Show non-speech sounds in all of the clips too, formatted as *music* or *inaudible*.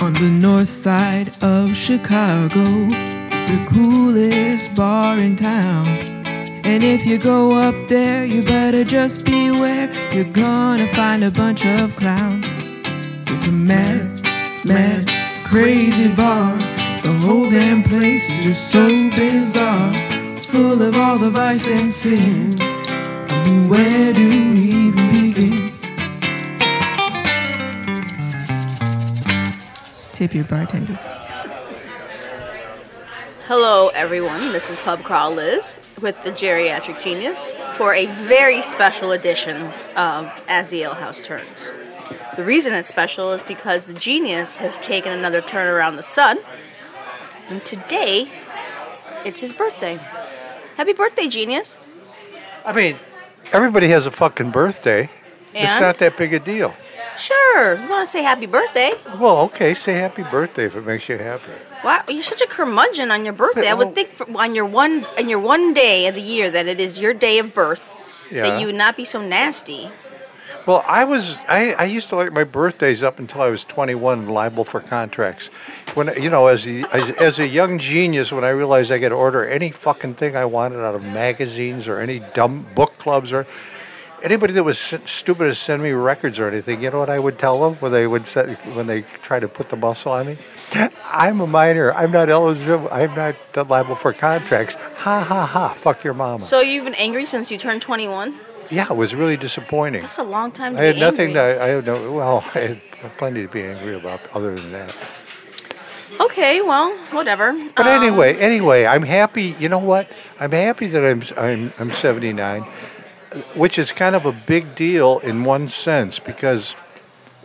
on the north side of Chicago. It's the coolest bar in town. And if you go up there, you better just beware. You're gonna find a bunch of clowns. It's a mad, mad, crazy bar. The whole damn place is just so bizarre. Full of all the vice and sin. I mean, where do we even begin? Tip your bartenders. Hello, everyone. This is Pub Crawl Liz with the Geriatric Genius for a very special edition of As the Ale House Turns. The reason it's special is because the Genius has taken another turn around the sun, and today it's his birthday. Happy birthday, Genius! I mean, everybody has a fucking birthday. It's And? not that big a deal. Sure, you want to say happy birthday? Well, okay, say happy birthday if it makes you happy. Wow, you're such a curmudgeon on your birthday. I would think for, on your one on your one day of the year that it is your day of birth Yeah. that you would not be so nasty. Well, I was I, I used to like my birthdays up until I was 21 and liable for contracts. When you know, as a, as, as a young genius, when I realized I could order any fucking thing I wanted out of magazines or any dumb book clubs or anybody that was s- stupid to send me records or anything, you know what I would tell them when they would set, when they tried to put the muscle on me? I'm a minor. I'm not eligible. I'm not liable for contracts. Ha ha ha! Fuck your mama. So you've been angry since you turned 21? yeah, it was really disappointing. That's a long time to I had be nothing. angry. To, I had no. Well, *laughs* I had plenty to be angry about other than that. Okay, well, whatever. But Um, anyway, anyway, I'm happy. You know what? I'm happy that I'm I'm I'm 79, which is kind of a big deal in one sense because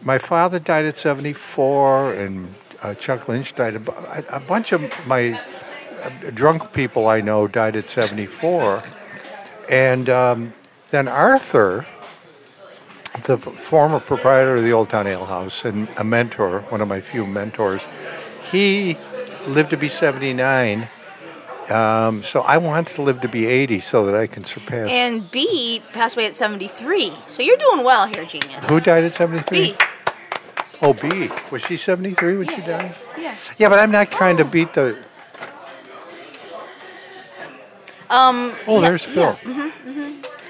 my father died at 74, and uh, Chuck Lynch died. A, bu- a- a bunch of my uh, drunk people I know died at 74, and um, then Arthur. the former proprietor of the Old Town Ale House and a mentor, one of my few mentors, he lived to be 79. Um, so I want to live to be 80 so that I can surpass. and B passed away at 73. So you're doing well here, genius. Who died at 73? B. Oh, B. Was she 73 when she died? Yeah. Yeah, but I'm not trying to beat the. Um, oh, there's Phil.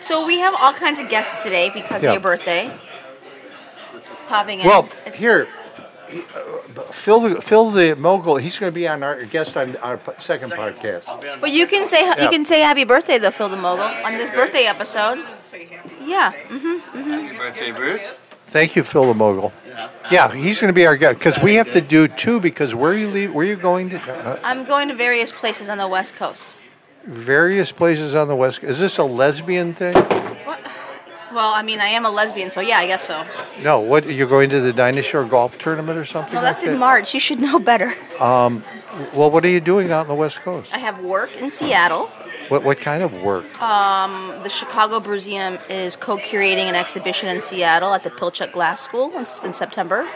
So we have all kinds of guests today because Yeah. of your birthday. Popping in. Well, It's- here, Phil, the, Phil the mogul. He's going to be on our guest on our p- second podcast. But you can say Yeah. you can say happy birthday though, Phil the Mogul, on this birthday episode. Yeah. birthday, Bruce. Thank you, Phil the mogul. Yeah, he's going to be our guest because we have to do two. Because where you leave, where you going to uh, I'm going to various places on the West Coast. various places on the west. Is this a lesbian thing? Well, I mean, I am a lesbian, so yeah, I guess so. No. What you're going to the dinosaur golf tournament or something? Well, that's like in that? March. You should know better. Well, what are you doing out on the west coast? I have work in Seattle. What what kind of work? The Chicago Museum is co-curating an exhibition in Seattle at the Pilchuk Glass School in, in September.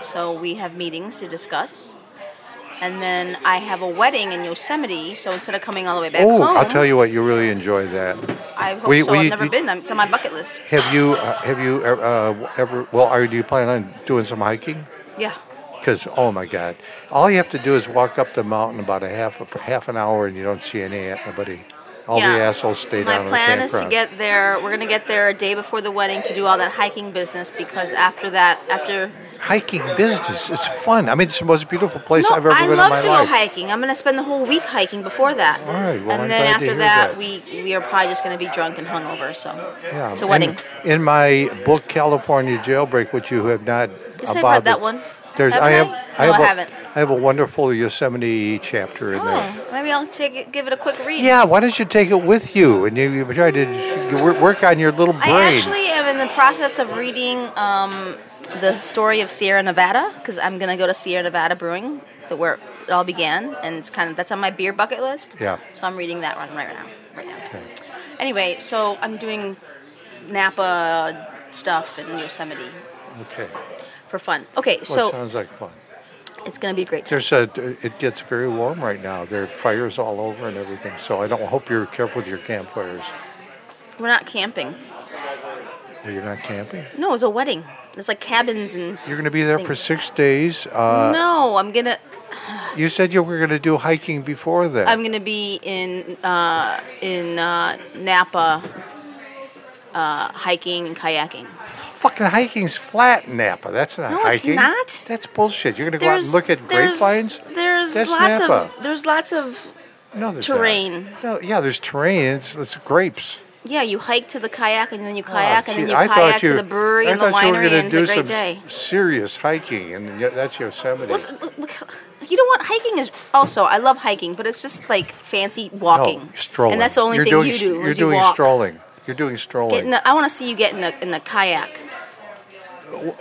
So we have meetings to discuss. And then I have a wedding in Yosemite, so instead of coming all the way back oh, home, I'll tell you what. You really enjoy that. I hope we- so. we- I've never you- been. It's on my bucket list. Have you uh, have you uh, uh, ever? Well, are do you plan on doing some hiking? Yeah. Because oh my God, all you have to do is walk up the mountain about a half a, half an hour, and you don't see anybody. All Yeah. the assholes stay My down. in plan the is to campground. get there. We're gonna get there a day before the wedding to do all that hiking business because after that, after hiking business. It's fun. I mean, it's the most beautiful place no, I've ever I been love in my to life. go hiking. I'm gonna spend the whole week hiking before that. All right, well, and I'm then glad to after hear that, that. we we are probably just gonna be drunk and hungover. So Yeah. it's a wedding. In, in my book, California Jailbreak, which you have not. Yes, I've read bothered- that one. There's, Haven't I have. I? No, I have a- haven't. I have a wonderful Yosemite chapter in there. Oh, maybe I'll take it, give it a quick read. Yeah, why don't you take it with you and you, you try to you wor- work on your little brain? I actually am in the process of reading um, the story of Sierra Nevada because I'm gonna go to Sierra Nevada Brewing, the where it all began, and it's kind of that's on my beer bucket list. Yeah. So I'm reading that one right now. Right now. Anyway, so I'm doing Napa stuff in Yosemite okay. for fun. Okay, Well, so it sounds like fun. it's gonna be a great. time. There's a. It gets very warm right now. There are fires all over and everything. So I don't hope you're careful with your campfires. We're not camping. You're not camping. No, it's a wedding. It's like cabins and. You're going to be there for things. six days. Uh, no, I'm gonna You said you were going to do hiking before that. I'm gonna be in uh, in uh, Napa, uh, hiking and kayaking. Fucking hiking's flat in Napa. That's not No, hiking. it's not. That's bullshit. You're going to go out and look at there's- grapevines? There's That's lots Napa. of there's lots of No, there's terrain. Not. No, yeah, there's terrain. It's, it's grapes. yeah. You hike to the kayak and then you kayak Oh, and then gee, you I thought kayak you- to the brewery I and the thought you were winery gonna and it's do a great some day. Serious hiking, and y- that's Yosemite. Listen, look, look, you know what? Hiking is also I love hiking, but it's just like fancy walking, No, strolling. and that's the only you're thing doing, you do. You're is doing you walk. strolling. You're doing strolling. Get in a, I want to see you get in a, in a kayak.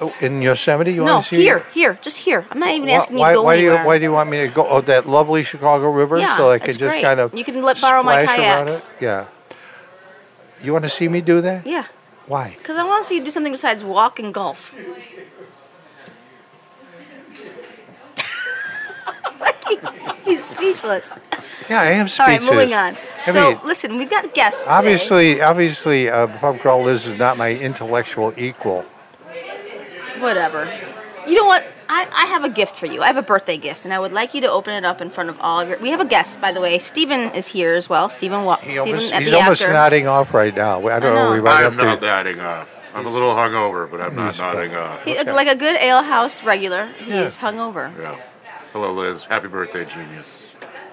Oh, in Yosemite, you no, want to see? here, here, just here. I'm not even Why, asking why, you to go why do you anywhere. why do you want me to go? Oh, that lovely Chicago River, Yeah, so I can that's just great. kind of You can let- borrow my splash kayak. around it. Yeah. You want to see me do that? yeah, Why? because I want to see you do something besides walk and golf. *laughs* He's speechless. Yeah, I am All right, speechless. moving on. I so mean, listen, we've got guests. today. obviously, obviously, uh, pub crawl Liz is not my intellectual equal. Whatever. You know what? I, I have a gift for you. I have a birthday gift, and I would like you to open it up in front of all of your. We have a guest, by the way. Stephen is here as well. Stephen, Wa- He Stephen almost, at he's the almost actor. nodding off right now. I I don't know. know. We might I'm have not to, nodding off. I'm a little hungover, but I'm not nodding off. He- Like a good ale house regular, he's hungover. Yeah. Hello, Liz. Happy birthday, genius.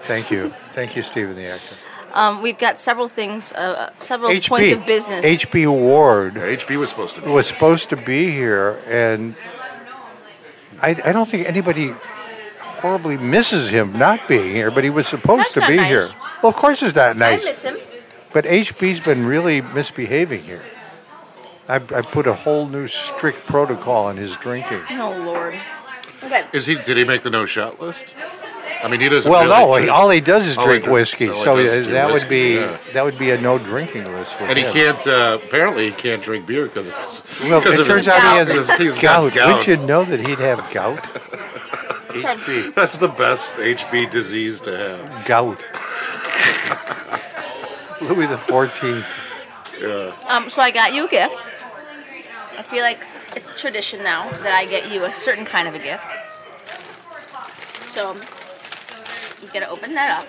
Thank you, thank you, Stephen, the actor. Um, we've got several things, uh, several points of business. HB Ward Yeah, HB was supposed to be. was supposed to be here, and I, I don't think anybody horribly misses him not being here, but he was supposed That's to not be nice. here. Well, of course, it's not I nice. miss him. But HB's been really misbehaving here. I, I put a whole new strict protocol on his drinking. Oh Lord. Okay. Is he? Did he make the no shot list? I mean, he doesn't. Well, really no, drink. he- all he does is All he drink does- whiskey, all he so does uh, is do that would whiskey, be yeah. that would be a no drinking list. with And he him. can't. Uh, apparently, he can't drink beer because. Well, it turns out he has he's this got gout. gout. Wouldn't you know that he'd have gout? HB That's the best HB disease to have. gout. Louis the Fourteenth. Um, so I got you a gift. I feel like it's tradition now that I get you a certain kind of a gift. So you gotta open that up.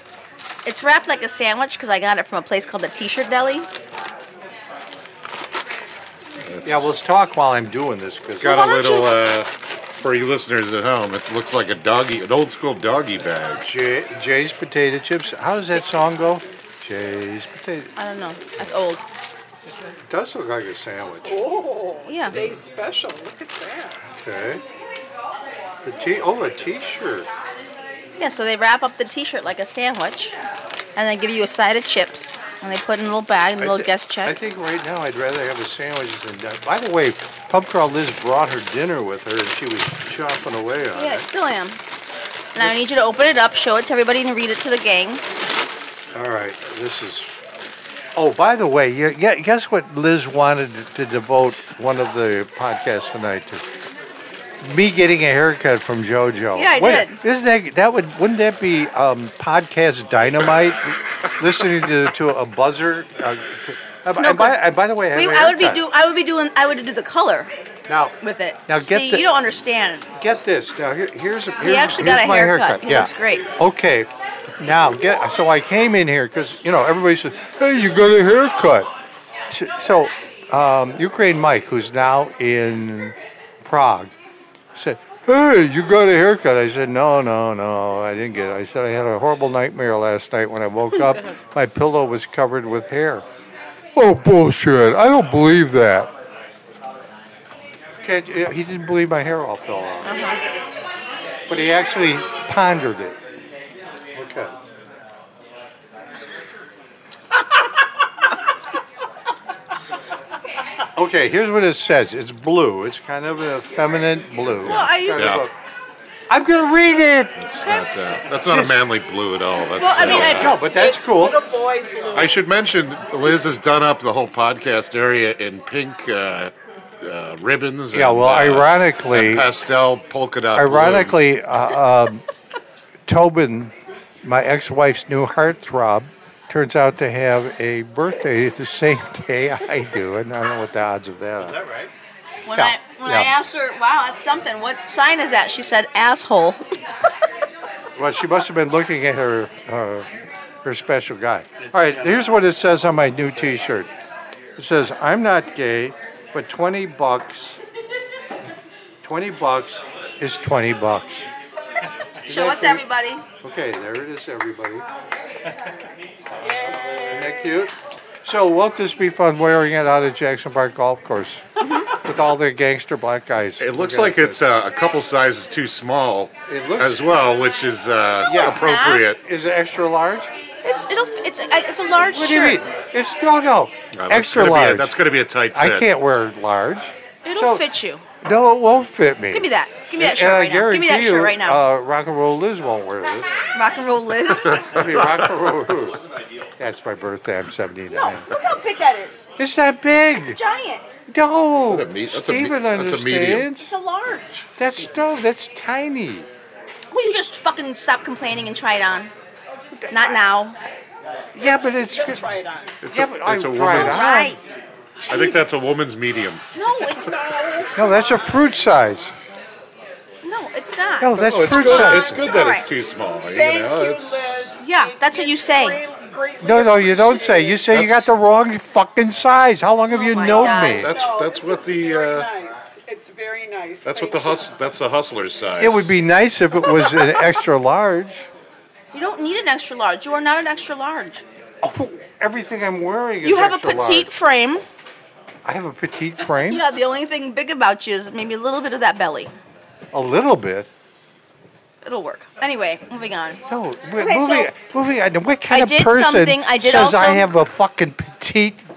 It's wrapped like a sandwich because I got it from a place called the T-shirt Deli. Yeah, well, let's talk while I'm doing this because Got Why a don't little. you- Uh, for you listeners at home, it looks like a doggy, an old school doggy bag. Jay, Jay's potato chips. How does that song go? Jay's potato. I don't know. That's old. It does look like a sandwich. Oh, Yeah. today's special. Look at that. Okay. The t. Oh, a T-shirt. Yeah. So they wrap up the T-shirt like a sandwich, and they give you a side of chips, and they put it in a little bag, and a I little thi- guest I check. think right now I'd rather have a sandwich than that. By the way, Pub Crawl Liz brought her dinner with her and she was chomping away on Yeah, I it. still am. Now I need you to open it up, show it to everybody, and read it to the gang. All right, this is. Oh, by the way, you, yeah, guess what Liz wanted to devote one of the podcasts tonight to? Me getting a haircut from JoJo. Yeah, I Wait, did. Isn't that that would wouldn't that be um, podcast dynamite? Listening to to a buzzer. Uh, to, and 'cause by, and by the way, I, have We, a I would be haircut. do. I would be doing. I would do the color now. with it. Now get See, the- you don't understand. Get this. Now here, here's a. Here's, He actually here's got a my haircut. He Yeah. looks great. Okay. Now get. So I came in here because you know everybody says, "Hey, you got a haircut." So, so um, Ukraine Mike, who's now in Prague, said, "Hey, you got a haircut." I said, "No, no, no, I didn't get it." I said, "I had a horrible nightmare last night when I woke up. My pillow was covered with hair." Oh bullshit! I don't believe that. Okay, uh, he didn't believe my hair all fell off but he actually pondered it. Okay. okay, here's what it says. It's blue. It's kind of an effeminate blue. Well, I- Kind of Yeah. a- I'm gonna read it. It's not, uh, that's not a manly blue at all. That's, Well, I mean, uh, I- No, but that's cool. Little boy blue. I should mention Liz has done up the whole podcast area in pink uh, uh, ribbons. Yeah, and, well, uh, ironically- and pastel polka dot. Ironically, uh, um, Tobin, my ex-wife's new heartthrob, turns out to have a birthday the same day I do, and I don't know what the odds of that are. right? When Yeah, I when yeah. I asked her, "Wow, that's something. What sign is that?" She said, "Asshole." Well, she must have been looking at her uh, her special guy. All right, here's what it says on my new T-shirt. It says, "I'm not gay, but 20 bucks, 20 bucks is 20 bucks." Show it to everybody. Okay, there it is, everybody. Isn't Oh, that cute? So won't this be fun wearing it out at Jackson Park Golf Course Mm-hmm. with all the gangster black guys? It looks Look at like it's uh, a couple sizes too small It looks- as well, which is uh, No, it's not. appropriate. Is it extra large? It's it'll it's a, it's a large What do you shirt. mean? It's no, no, Uh, that's extra gonna be a- large. that's going to be a tight fit. I can't wear large. It'll So- fit you. No, it won't fit me. Give me that. Give me that And shirt I right now. Give me that guarantee shirt you, right now. Uh, rock and roll Liz won't wear this. Rock and roll *laughs* Liz. no, I mean, rock and *laughs* roll who? That's my birthday. I'm 79. look how big that is. It's that big. Giant. No. That's a me- that's a me- Steven that's a medium. understands. It's a large. That's no. That's tiny. Will you just fucking stop complaining and try it on? Not now. Yeah, but it's. Just try it on. yeah, a- but it's a I try woman's- it on. Right. I think that's a woman's medium. No, it's no. No, that's a fruit size. No, it's not. No, that's oh, it's fruit good. size. It's good that Alright. it's too small. You Thank know, you, it's- Liz. Yeah, that's what you It's say. great- greatly No, no, you don't say. You say you got That's- the wrong fucking size. How long have Oh you my known God. me? That's No, that's this what is the Very uh, nice. It's very nice. that's what Thank the you. hus- that's the hustler's size. It would be nice if it was *laughs* an extra large. You don't need an extra large. You are not an extra large. Oh, everything I'm wearing is You have a extra petite large. frame. I have *laughs* a petite frame. Yeah, the only thing big about you is maybe a little bit of that belly. A little bit. It'll work. Anyway, moving on. No, wait, Okay, moving, so- moving on. What kind I of did person something- I did says I also- have a fucking petite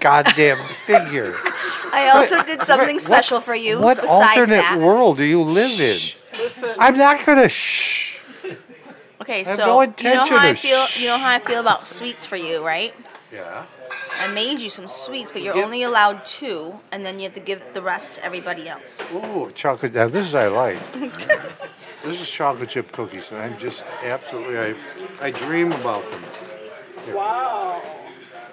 *laughs* goddamn figure? I also did something What- special for you. What besides alternate that. world do you live in? Listen, I'm not gonna shh. Okay, have so no you know intention how I of- feel. You know how I feel about sweets for you, right? Yeah. I made you some sweets, but you're Yeah. only allowed two, and then you have to give the rest to everybody else. Ooh, chocolate. Now this is *laughs* I like. this is chocolate chip cookies, and I'm just absolutely. I, I dream about them. wow.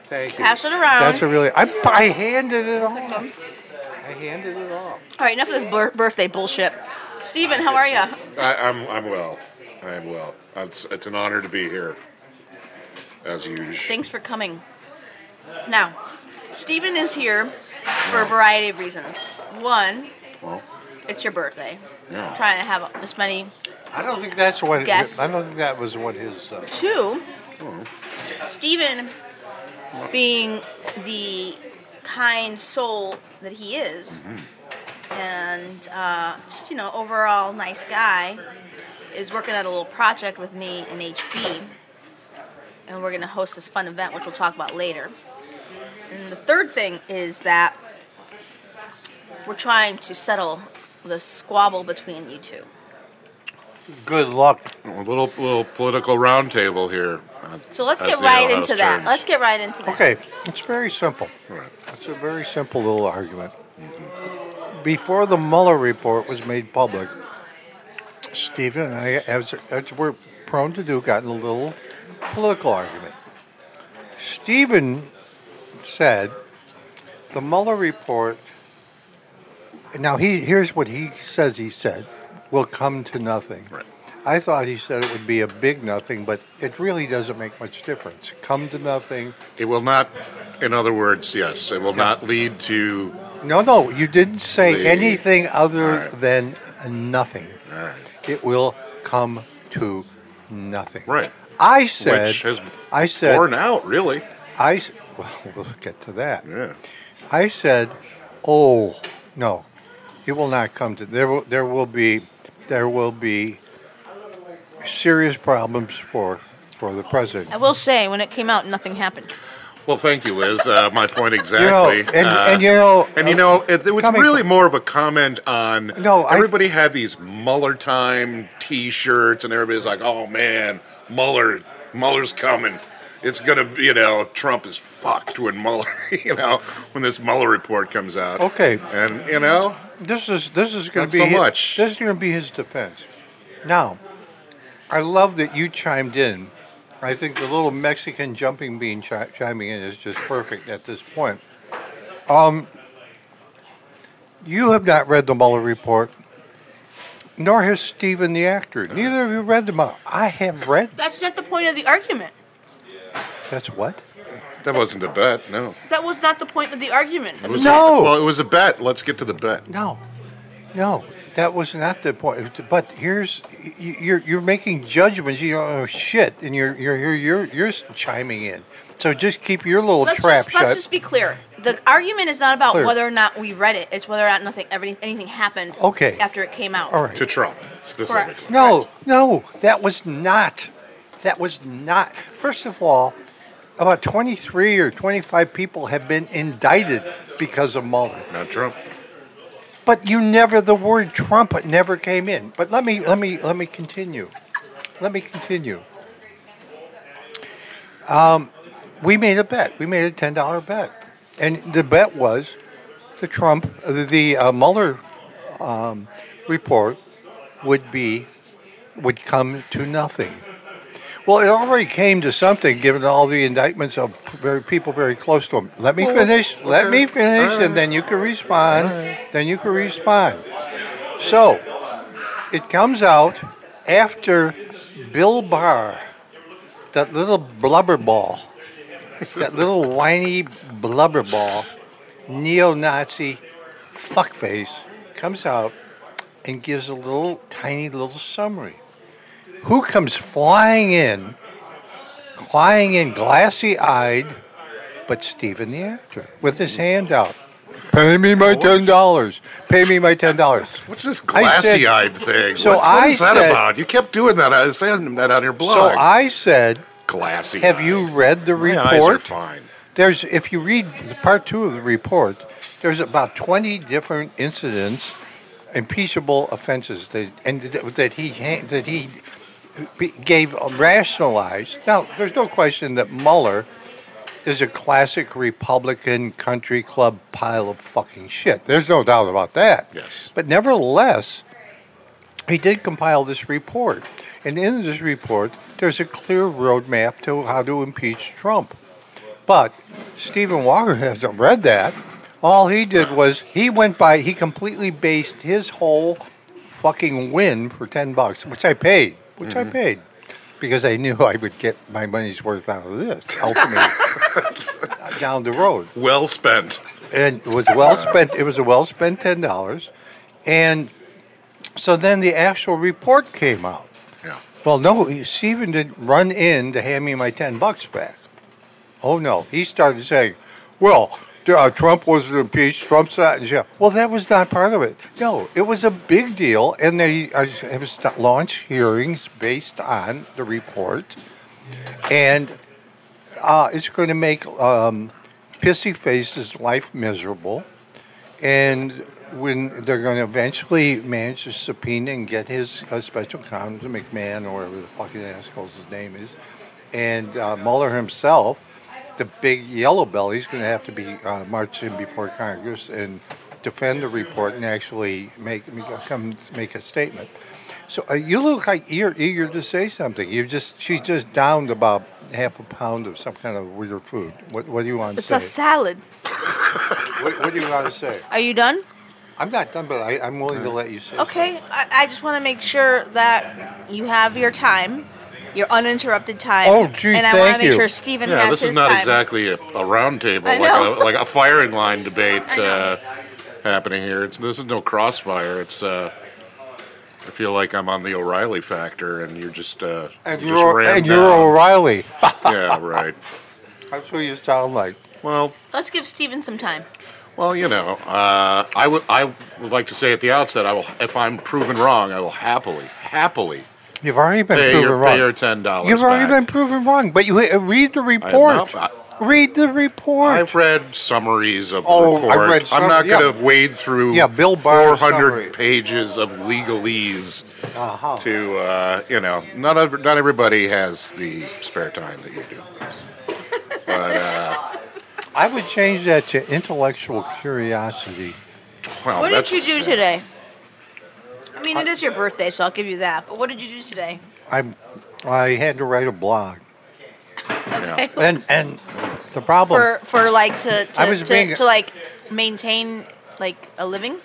Thank you. Pass it around. That's a really. I, I handed it off. I handed it off. All right, enough of this bir- birthday bullshit. Steven, how are you? I, I'm I'm well. I am well. It's it's an honor to be here. As usual. Thanks for coming. Now, Steven is here for a variety of reasons. One, Well, it's your birthday. Yeah. trying to have as many. I don't think that's what. Guess. I don't think that was what his. Uh, Two, Steven, being the kind soul that he is, and uh, just, you know, overall nice guy, is working on a little project with me and HB. And we're going to host this fun event, which we'll talk about later. And the third thing is that we're trying to settle the squabble between you two. good luck. a little little political roundtable here. at- So let's as get the right Ale into House that. Church. Let's get right into that. Okay, it's very simple. All right. It's a very simple little argument. Before the Mueller report was made public, Stephen and I, as, as we're prone to do, got in a little political argument. Stephen said the Mueller report. Now he here's what he says. He said will come to nothing. Right. I thought he said it would be a big nothing, but it really doesn't make much difference. Come to nothing. It will not. In other words, yes, it will not lead to. No, no, you didn't say The- anything other All right. than nothing. All right. It will come to nothing. Right. I said. Which has I said. borne out really. I. s- Well, *laughs* we'll get to that. Yeah. I said, "Oh no, it will not come to there. Will, there will be, there will be serious problems for for the president." I will say, when it came out, nothing happened. Well, thank you, Liz. Uh, *laughs* my point You know, exactly. and, Uh, and you know, And you know, it, it was coming really from- more of a comment on. No, I- everybody had these Mueller time T-shirts, and everybody's like, "Oh man, Mueller, Mueller's coming. It's gonna, be you know, Trump is fucked when Mueller, *laughs* you know, when this Mueller report comes out." Okay. and you know, this is this is going Not to be so his, much. this is going to be his defense. Now, I love that you chimed in I think the little Mexican jumping bean chi- chiming in is just perfect at this point. Um, you have not read the Mueller report, nor has Stephen the actor. Neither of you read them. out. I have read. That's not the point of the argument. That's what? That wasn't a bet, no. That was not the point of the argument. It was- No. well, it was a bet. Let's get to the bet. No, no, that was not the point. But here's y- you're you're making judgments. You don't know shit, and you're you're you're you're, you're chiming in. So just keep your little Let's trap just, shut. let's just be clear. The argument is not about Clear. whether or not we read it. It's whether or not nothing, everything, anything happened. Okay. After it came out. All right. To Trump, specifically. Correct. No, no, that was not. That was not. First of all, about 23 or 25 people have been indicted because of Mueller. Not Trump. But you never the word Trump never came in. But let me let me let me continue. Let me continue. Um, we made a bet. We made a ten dollar bet, and the bet was the Trump the, the uh, Mueller um, report would be would come to nothing. Well, it already came to something, given all the indictments of very people very close to him. Let me Well, finish. Let me okay. finish, and then you can respond. Then you can respond. So, it comes out after Bill Barr, that little blubber ball, that little whiny blubber ball, neo-Nazi fuckface, comes out and gives a little tiny little summary. Who comes flying in, flying in glassy eyed, but Stephen the actor with his hand out. Pay me my ten dollars. Pay me my ten dollars. What's this I said- glassy eyed thing? So What's- what I is that said- about? You kept doing that. I was saying that on your So blog. I said, glassy. "Have you read the My eyes are report?" fine. There's, if you read the part two of the report, there's about 20 different incidents, impeachable offenses that and that he ha- that he be- gave uh, rationalized. Now, there's no question that Mueller is a classic Republican country club pile of fucking shit. There's no doubt about that. Yes. But nevertheless, he did compile this report, and in this report, there's a clear roadmap to how to impeach Trump. But Stephen Walker hasn't read that. All he did was he went by, he completely based his whole fucking win for 10 bucks, which I paid, which I paid because I knew I would get my money's worth out of this ultimately *laughs* down the road. Well spent. And it was well spent, it was a well spent $10. And so then the actual report came out. Yeah. Well, no, Stephen didn't run in to hand me my 10 bucks back. Oh, no. He started saying, well, uh, Trump wasn't impeached. Trump's not in jail. Well, that was not part of it. No, it was a big deal. And they uh, have st- launched hearings based on the report. And uh, it's going to make um, Pissy Face's life miserable. And when they're going to eventually manage to subpoena and get his uh, special counsel, McMahon, or whatever the fucking asshole's his name is, and uh, Mueller himself, the big yellow belly's going to have to be uh, marched in before Congress and defend the report and actually make come make a statement. So uh, you look like you're eager to say something. You just she just downed about half a pound of some kind of weird food. What, what do you want to It's say? a salad. what, what do you want to say? Are you done? I'm not done, but I, I'm willing to let you say. Okay. I, I just want to make sure that you have your time, your uninterrupted time. Oh, gee, And I wanna thank make you. sure Stephen Yeah, has this his is not time. exactly a, a round table, I like know. a, like a firing line debate know. uh, happening here. It's, this is no crossfire. It's uh, I feel like I'm on the O'Reilly factor, and you're just uh, And you just you're, ran and you're down. O'Reilly. *laughs* yeah, right. That's what you sound like. Well, Let's give Stephen some time. well, you know, uh, I would I would like to say at the outset, I will if I'm proven wrong, I will happily, happily You've already been pay proven your, wrong. pay your ten dollars. You've already been proven wrong, but you uh, read the report. I- read the report. I've read summaries of the Oh, I've report. read I'm not summary- going to wade through Yeah, Bill Barr's 400 summary. pages of legalese Uh-huh. to, uh, you know, not, ev- not everybody has the spare time that you do. I would change that to intellectual curiosity. Well, what did Oh, that's- you do today? I mean, it is your birthday, so I'll give you that. But what did you do today? I I had to write a blog. Okay. And and the problem for for like to I to, was to, being- to like maintain like a living.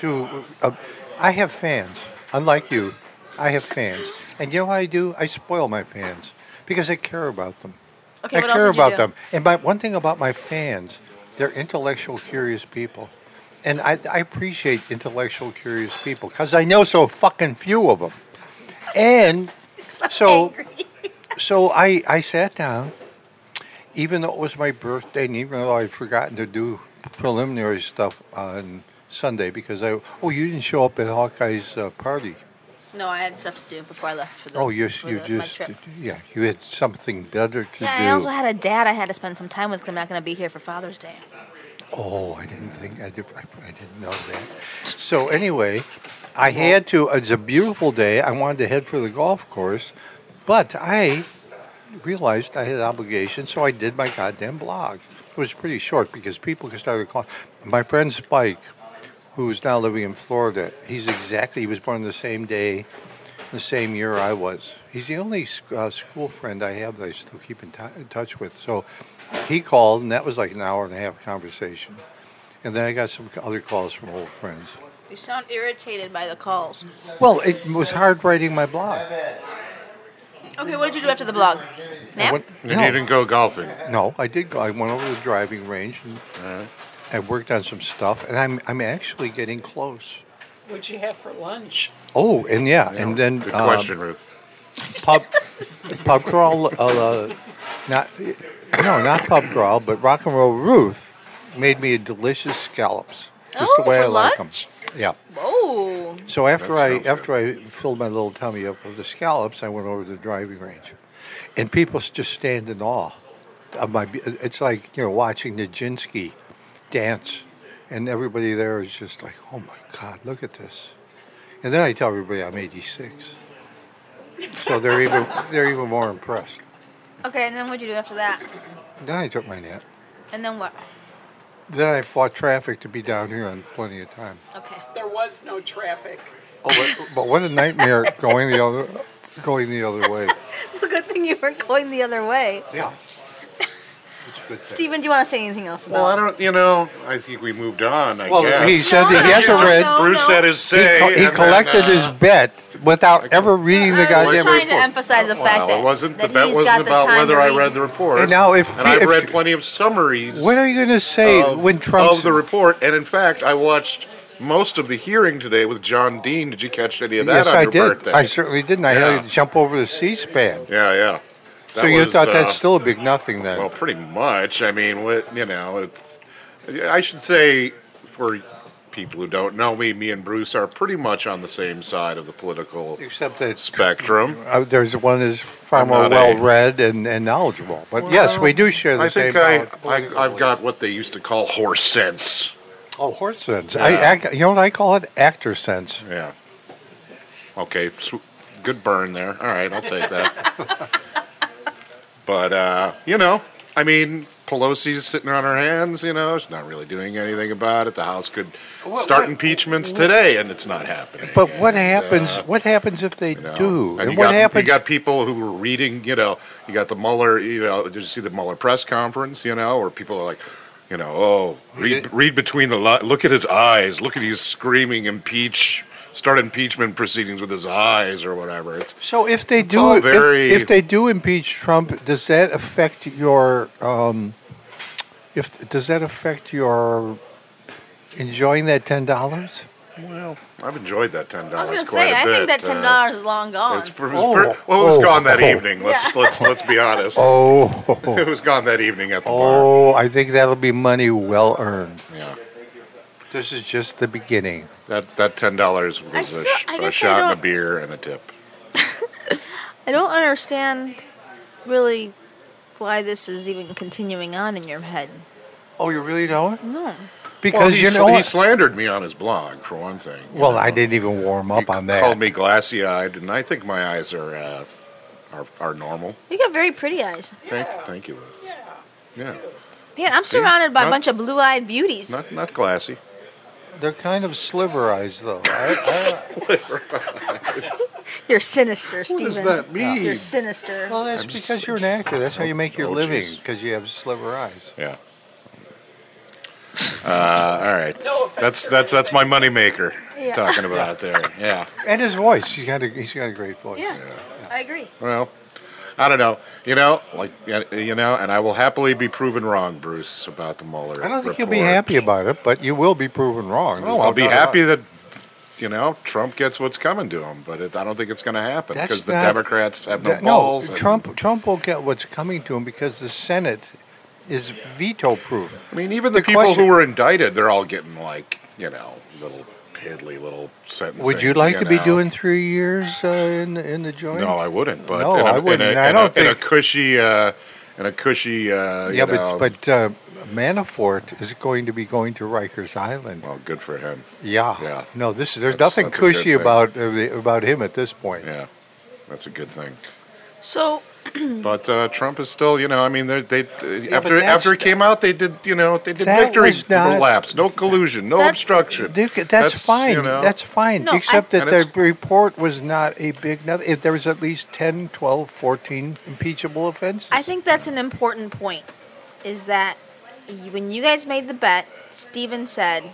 to uh, I have fans. Unlike you, I have fans. And you know what I do? I spoil my fans because I care about them. Okay, I what else care would you about do? them. And my, one thing about my fans, they're intellectual, curious people. And I, I appreciate intellectual, curious people because I know so fucking few of them. And so, so I, I sat down, even though it was my birthday, and even though I'd forgotten to do preliminary stuff on Sunday because I, oh, you didn't show up at Hawkeye's uh, party. No, I had stuff to do before I left for the. Oh, you, for you the- my just, trip. yeah, you had something better to Yeah, do. I also had a dad I had to spend some time with because I'm not going to be here for Father's Day. Oh, I didn't think I did. I, I didn't know that. So anyway, I had to. It's a beautiful day. I wanted to head for the golf course, but I realized I had obligations, so I did my goddamn blog. It was pretty short because people started calling. My friend Spike, who's now living in Florida, he's exactly. He was born the same day, the same year I was. He's the only sc- uh, school friend I have that I still keep in, t- in touch with. So he called, and that was like an hour and a half conversation. And then I got some other calls from old friends. You sound irritated by the calls. Well, it was hard writing my blog. Okay, what did you do after the blog? I Nap? went- And you didn't go golfing. No, I did go. I went over to the driving range and Uh-huh. I worked on some stuff, and I'm I'm actually getting close. What'd you have for lunch? Oh, and yeah, and then Good um, question, Ruth. pub pub crawl, uh, uh, not no, not pub crawl, but rock and roll Ruth made me delicious scallops, just Oh, the way for I like 'em. lunch? Yeah. Whoa. So after That I sounds after I filled my little tummy up with the scallops, I went over to the driving range, and people s- just stand in awe of my. be- It's like you know watching Nijinsky dance, and everybody there is just like, oh my god, look at this. And then I tell everybody I'm 86, so they're even *laughs* they're even more impressed. Okay, and then what'd you do after that? Then I took my nap. And then what? Then I fought traffic to be down here on plenty of time. Okay. *laughs* There was no traffic. Oh, but, but what a nightmare going the other going the other way. Good thing you weren't going the other way. Yeah. It's a good thing. Stephen, do you want to say anything else about Well, I don't. You know, I think we moved on. I Well, guess. he said that he has a No, red. no, Bruce no. had his He, say. co- he and then, collected uh, his bet without ever reading the I was goddamn just trying to report. emphasize the fact Well, that, it wasn't. The that bet he's wasn't got the about time whether to I read. read the report. And now if- and I've if- read plenty of summaries. What are you going to say of, when Trump's of the report. And in fact, I watched most of the hearing today with John Dean. Did you catch any of yes, that on I your did. birthday? I certainly didn't. I had Yeah. to jump over to C-SPAN. yeah, yeah. so That you was, thought uh, that's still a big nothing then? well, pretty much. I mean, what you know, it's. I should say for people who don't know me, me and Bruce are pretty much on the same side of the political Except that it's, spectrum. uh, there's one that's far I'm more not a- well-read and, and knowledgeable. But yes, we do share the I same. think I, knowledge politically. I I've got what they used to call horse sense. oh horse sense. Yeah. I act, you know what I call it? Actor sense. Yeah. Okay. sw- Good burn there. All right, I'll take that. but uh, you know, I mean, Pelosi's sitting on her hands. You know, she's not really doing anything about it. The House could start impeachments today, and it's not happening. But what And, happens? uh, what happens if they you know, do? And, you what got, happens? You got people who were reading. You know, you got the Mueller. You know, did you see the Mueller press conference? You know, where people are like. You know, oh, read, read between the li Look at his eyes. Look at he's screaming impeach, start impeachment proceedings with his eyes or whatever. It's So if they do, all if- very- if, they do impeach Trump, does that affect your? Um, if does that affect your enjoying that ten dollars? well, I've enjoyed that ten I was dollars going quite to say, a I bit. think that ten uh, dollars is long gone. it's pr- it was Oh, pr- well, it was oh, gone that oh. evening. Let's let's let's be honest. *laughs* Oh, It was gone that evening at the bar. oh! I think that'll be money well earned. Yeah, This is just the beginning. that that ten dollars was a, still- sh- I a guess I shot and a don't- beer and a tip. I don't understand really why this is even continuing on in your head. Oh, you really don't? No. Well, Because he, you sl- know. he what? slandered me on his blog for one thing. you well, know. I didn't even warm He up on that. Called me glassy-eyed, and I think my eyes are uh, are, are normal. You got very pretty eyes. Thank, thank you. Liz. Yeah. Yeah, Man, I'm surrounded by a Not- bunch of blue eyed beauties. not not glassy. They're kind of sliverized, though. *laughs* I, You're sinister, Steven. does that mean? Oh, You're sinister. I, well, that's I'm because s- you're an actor. That's how you make your Oh, living, jeez. because you have sliver eyes. *laughs* Yeah. Uh, all right. No offense That's that's that's my moneymaker Yeah. talking about there. Yeah. And his voice. He's got a, he's got a great voice. yeah, I agree. Well, I don't know. You know, like uh, you know, and I will happily be proven wrong, Bruce, about the Mueller. I don't think report. you'll be happy about it, but you will be proven wrong. There's No, no Oh, I'll be doubt about happy it. that you know Trump gets what's coming to him, but it, I don't think it's going to happen That's because the not- Democrats have no Yeah, No, balls. and- Trump Trump will get what's coming to him because the Senate is veto proof. I mean, even the, the people question- who were indicted, they're all getting like you know little piddly little sentences. Would you like to be know. doing three years uh, in in the joint? No, I wouldn't. But No, in a, I wouldn't. In a, I in don't a, in a think- cushy, uh, in a cushy. Uh, you yeah, but know- but uh, Manafort is going to be going to Rikers Island. well, good for him. Yeah. Yeah. No, this there's That's- nothing that's a good cushy thing. about uh, the- about him at this point. Yeah, that's a good thing. So But uh, Trump is still, you know, I mean, they're- they they but after that's- after it came out, they did, you know, they did That victory was not- laps, no collusion, no That's- obstruction. Dude, That's, That's, fine. you know- That's fine. No, I- Except that And the it's- report was not a big nothing. If there was at least 10, 12, 14 impeachable offenses. I think that's an important point. Is that you- when you guys made the bet, Steven said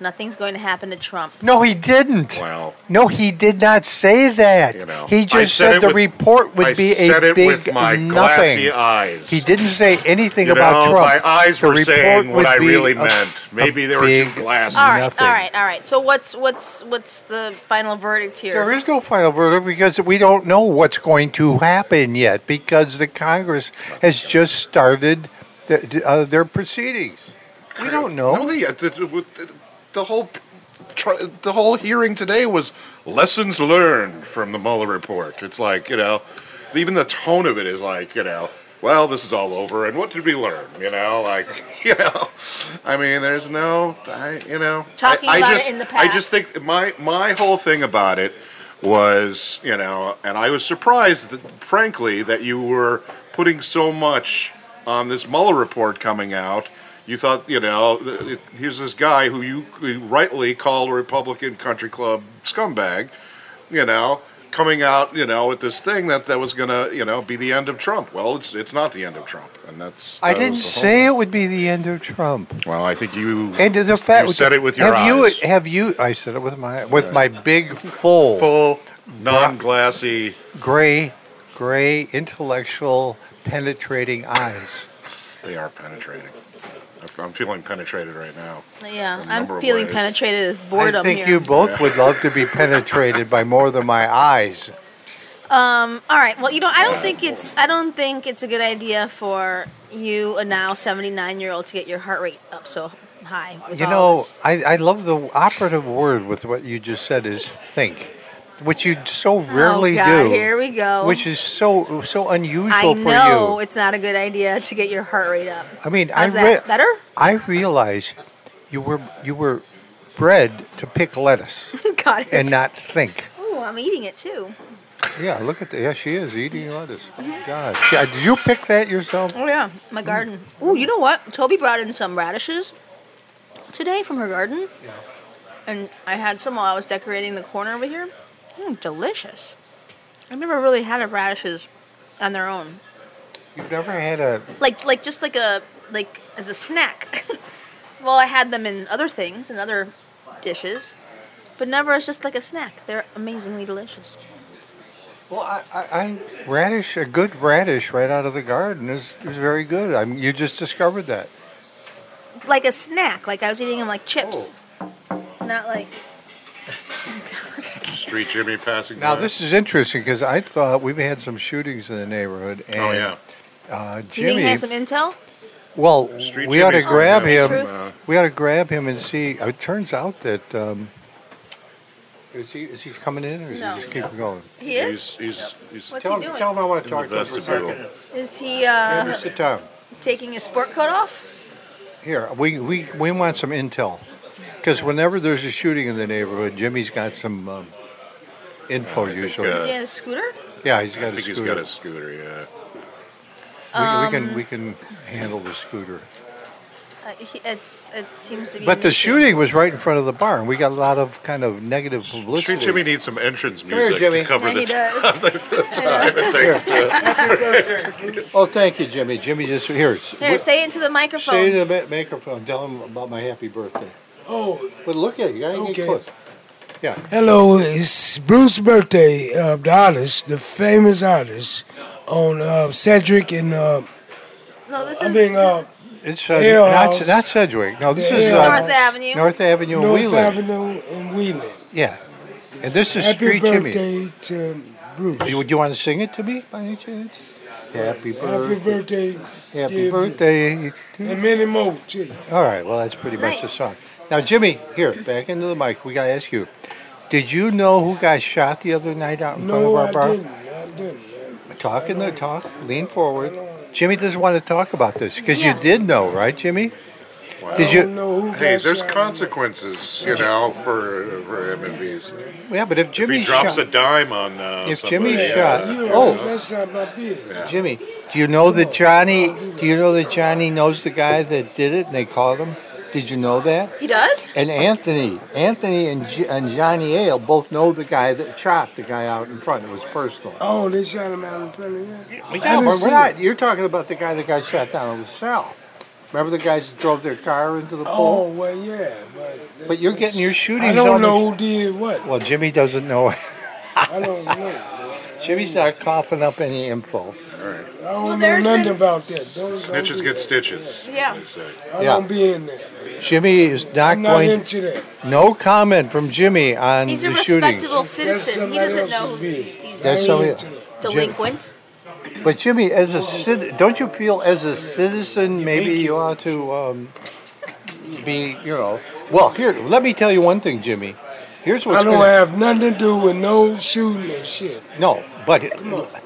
nothing's going to happen to Trump. no, he didn't. Well, No, he did not say that. You know, he I just said said, it the with- report would I be a said it big with my nothing. glassy eyes. He didn't say anything you about know, Trump. my eyes the were report saying what would I be really a- meant. a Maybe they were too big- glassy. All right, Nothing. all right, all right. So what's what's what's the final verdict here? There is no final verdict because we don't know what's going to happen yet because the Congress has just started the, uh, their proceedings. We don't know. No, the, the, the, the whole tr- the whole hearing today was lessons learned from the Mueller report. It's like you know, even the tone of it is like you know, well, this is all over, and what did we learn? You know, like *laughs* you know, I mean, there's no, I, you know, Talking I, I about it just, in the I just past. think my my whole thing about it was you know, and I was surprised, that, frankly, that you were putting so much on this Mueller report coming out. You thought, you know, th- it- here's this guy who you who rightly called a Republican country club scumbag, you know, coming out, you know, with this thing that that was gonna, you know, be the end of Trump. Well, it's it's not the end of Trump, and that's. I that didn't was the whole- say it would be the end of Trump. Well, I think you And the fact You said it with your have you, eyes. Have you? I said it with my with my big full, full, non-glassy. gray, gray, intellectual, penetrating eyes. They are penetrating. I'm- I'm feeling penetrated right now. yeah, A number I'm of feeling ways. penetrated with boredom I think here. you both would love to be penetrated by more than my eyes. Mm, All right. Well, you know, I don't think it's I don't think it's a good idea for you, a now seventy nine year old, to get your heart rate up so high. with You all know, this. I, I love the operative word with what you just said is think, which you so rarely oh, God, do, Here we go. which is so so I unusual for know you. it's not a good idea to get your heart rate up. I mean, How's I that re- better? *laughs* I realize you were you were bred to pick lettuce God. and not think. Oh, I'm eating it too. Yeah, look at the, yeah, she is eating lettuce. God, Yeah, did you pick that yourself? Oh yeah, my garden. Oh, you know what? Toby brought in some radishes today from her garden. Yeah. And I had some while I was decorating the corner over here. Mm, delicious. I've never really had a radishes on their own. You've never had a like like just like a like as a snack. *laughs* well, I had them in other things and other dishes, but never as just like a snack. They're amazingly delicious. Well, I, I, I radish a good radish right out of the garden is, is very good. I mean, you just discovered that. Like a snack, like I was eating them like chips, not like. Street Jimmy passing. Now by. this is interesting because I thought we've had some shootings in the neighborhood, and Oh yeah. uh, Do you think he Jimmy. had some intel? Well, Street we ought to Jimmy's Uh, grab been him. down. Truth. We ought to grab him and see. Uh, It turns out that um, is he is he coming in or is No. he just keeping going? He is. He's, he's, he's What's tell he him. doing? Tell him I want to talk in the to him for a vestibule. second. Is he uh, Andrew, sit down. taking his sport coat off? Here, we, we, we want some intel. Because whenever there's a shooting in the neighborhood, Jimmy's got some um, info I think, usually. uh, Is he on his scooter? yeah, he's I got a think he's scooter. got a scooter. Yeah. Um, we, we can we can handle the scooter. Uh, he- it's it seems to be. But the missing. shooting was right in front of the bar, and we got a lot of kind of negative publicity. Street Jimmy needs some entrance here, music Jimmy. to cover Yeah, the he *laughs* does. time it takes to. Oh, thank you, Jimmy. Jimmy just here. There, say into the microphone. Say to the ma- microphone. Tell him about my happy birthday. Oh, But look at you. You gotta Okay. get close. hello. It's Bruce Birthday, uh, the artist, the famous artist, on uh, Cedric and, uh, no, this I is mean, uh, It's uh, Hill not, House. not Sedgwick. No, this Yeah, is Hill uh, North Avenue. North Avenue and North Wheeler. Avenue and Wheeling. Yeah. And this is Happy Street birthday Jimmy. to Bruce. You, would you want to sing it to me by any chance? Happy Happy birthday. birthday. Happy dear birthday. Bruce. And many more, too. All right, well, that's pretty much the Nice. song. Now, Jimmy, here, back into the mic. We got to ask you Did you know who got shot the other night out in front of No, our I bar? didn't. I didn't. Talk in the talk. Lean forward. Jimmy doesn't want to talk about this because you did know, right, Jimmy? I Did you? don't know who Hey, got there's shot. consequences, you know, for for MMVs. Yeah, but if If Jimmy he drops shot, a dime on uh, If somebody, Jimmy uh, shot- You Oh. know, that's not my business. Jimmy, do you know that Johnny? Do you know that Johnny knows the guy that did it and they called him? Did you know that? he does. And Anthony, Anthony and, J- and Johnny Ale both know the guy that shot the guy out in front. It was personal. Oh, they shot him out in front of you. Yeah, didn't but see we're it. not. You're talking about the guy that got shot down in LaSalle. Remember the guys that drove their car into the Oh, pole? well, yeah, but. But you're getting your shooting. I don't know who did what. Well, Jimmy doesn't know. *laughs* I don't know. Jimmy's not coughing up any info. I Well, don't know there's nothing been- about that. Don't, don't do snitches get that. stitches. as Yeah. they say. I Yeah. don't be in there. Jimmy is not I'm not going. into that. No comment from Jimmy on He's a the shooting. respectable That's citizen. He somebody doesn't know else's who beef. these That's I ain't somebody- into that. delinquents. But Jimmy, as a cit- don't you feel as a citizen, maybe make you it. ought to um, be, you know. Well, here, let me tell you one thing, Jimmy. Here's what's I don't gonna- have nothing to do with no shooting and shit. No, but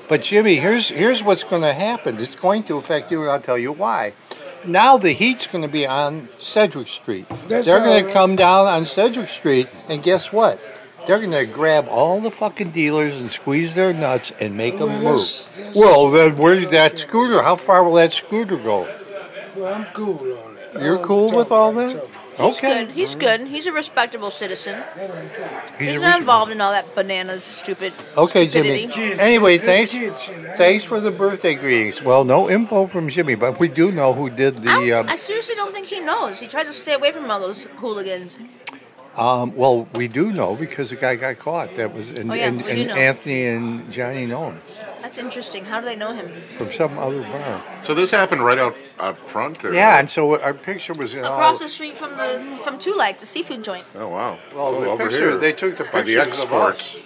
but Jimmy, here's here's what's going to happen. It's going to affect you, and I'll tell you why. Now the heat's going to be on Sedgwick Street. That's They're going all to right. come down on Sedgwick Street, and guess what? They're going to grab all the fucking dealers and squeeze their nuts and make Well, them that's- move. that's- well, then where's that scooter? How far will that scooter go? Well, I'm cool on that. I You're Oh, don't cool talk with all like that? talk. He's good. He's good. He's a respectable citizen. He's He's, a not reason- involved in all that banana stupid. Okay, stupidity. Jimmy. Kids, Anyway, thanks. that's kid shit. I Thanks for the birthday greetings. Well, no info from Jimmy, but we do know who did I, the. don't- Um, Oh, I seriously don't think he knows. He tries to stay away from all those hooligans. Um, well, we do know because the guy got caught. That was and, Oh, yeah, and, we do and know. Anthony and Johnny know him That's interesting. How do they know him? from some other bar. So this happened right out out front. Or? Yeah, and so our picture was in Across all, the street from the from Two Lights, the seafood joint. Oh wow. Well, the oh, over picture- here. they took the By the pictures of us. exports.